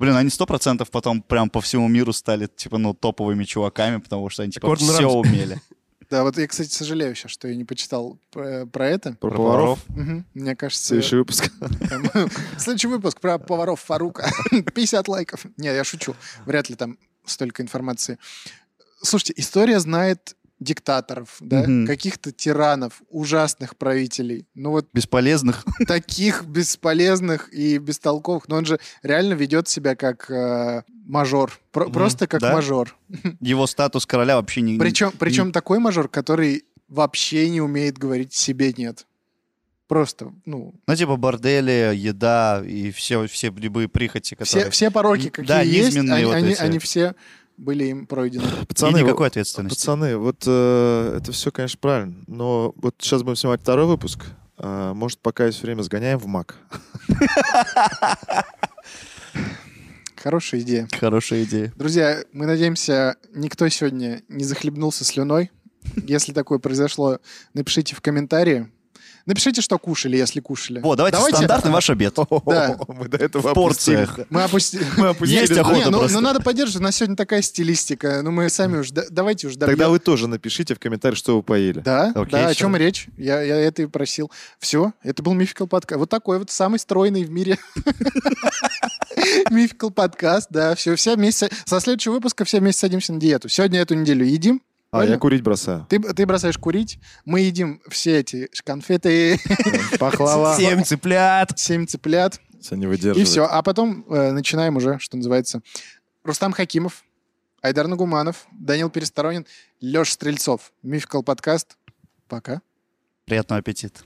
Speaker 2: Блин, они сто процентов потом прям по всему миру стали, типа, ну, топовыми чуваками, потому что они, типа,
Speaker 4: Гордон
Speaker 2: все
Speaker 4: Рамзи.
Speaker 2: умели.
Speaker 1: Да, вот я, кстати, сожалею сейчас, что я не почитал про, про это.
Speaker 3: Про поваров.
Speaker 1: Мгм. Мне кажется,
Speaker 3: Следующий выпуск.
Speaker 1: Там, Следующий выпуск про поваров Фарука. 50 лайков. Не, я шучу. Вряд ли там столько информации. Слушайте, история знает диктаторов, да,
Speaker 2: Мгм.
Speaker 1: каких-то тиранов, ужасных правителей, ну вот
Speaker 2: Бесполезных.
Speaker 1: таких бесполезных и бестолковых, но он же реально ведет себя как э, мажор, Про-
Speaker 2: Мгм.
Speaker 1: просто как
Speaker 2: Да?
Speaker 1: мажор.
Speaker 2: Его статус короля вообще не...
Speaker 1: Причем, причем такой мажор, который вообще не умеет говорить себе нет. Просто, ну,
Speaker 2: Ну, типа, бордели, еда и все, все любые прихоти,
Speaker 1: Все,
Speaker 2: которые...
Speaker 1: все пороки,
Speaker 2: М,
Speaker 1: какие
Speaker 2: да,
Speaker 1: есть,
Speaker 2: низменные
Speaker 1: они,
Speaker 2: вот
Speaker 1: они-
Speaker 2: эти.
Speaker 1: они все были им пройдены.
Speaker 2: И
Speaker 3: Пацаны,
Speaker 2: никакой
Speaker 3: вы-
Speaker 2: ответственности.
Speaker 3: пацаны, вот э, это все, конечно, правильно. Но вот сейчас будем снимать второй выпуск. А, Может, пока есть время, сгоняем в МАК.
Speaker 1: Хорошая идея.
Speaker 2: Хорошая идея.
Speaker 1: Друзья, мы надеемся, никто сегодня не захлебнулся слюной. Если такое произошло, напишите в комментарии. Напишите, что кушали, если кушали.
Speaker 2: Вот, давайте, стандартный ваш обед.
Speaker 1: Да.
Speaker 3: Мы до этого
Speaker 2: В порциях.
Speaker 3: опустились,
Speaker 1: Мы опусти-
Speaker 3: да. Мы опустились.
Speaker 2: Есть
Speaker 3: да.
Speaker 2: охота.
Speaker 1: Не, ну,
Speaker 2: просто.
Speaker 1: ну надо поддерживать, у нас сегодня такая стилистика. Ну мы сами уж, да- давайте уж
Speaker 3: Тогда
Speaker 1: добьем.
Speaker 3: вы тоже напишите в комментариях, что вы поели.
Speaker 1: Да,
Speaker 2: Окей,
Speaker 1: да, о
Speaker 2: всё.
Speaker 1: чем речь? Я, я это и просил. Все, это был мификал подкаст. Вот такой вот самый стройный в мире мификал подкаст. Да, все, все вместе. Со следующего выпуска все вместе садимся на диету. Сегодня эту неделю едим.
Speaker 3: А я
Speaker 1: правильно?
Speaker 3: курить бросаю.
Speaker 1: Ты, ты бросаешь курить, мы едим все эти конфеты, пахлава,
Speaker 4: Семь цыплят.
Speaker 1: семь цыплят
Speaker 3: Все не
Speaker 1: и
Speaker 3: выдерживает.
Speaker 1: все. А потом э, начинаем уже, что называется. Рустам Хакимов, Айдар Нагуманов, Данил Пересторонин, Леша Стрельцов. Мификал подкаст. Пока.
Speaker 2: Приятного аппетита.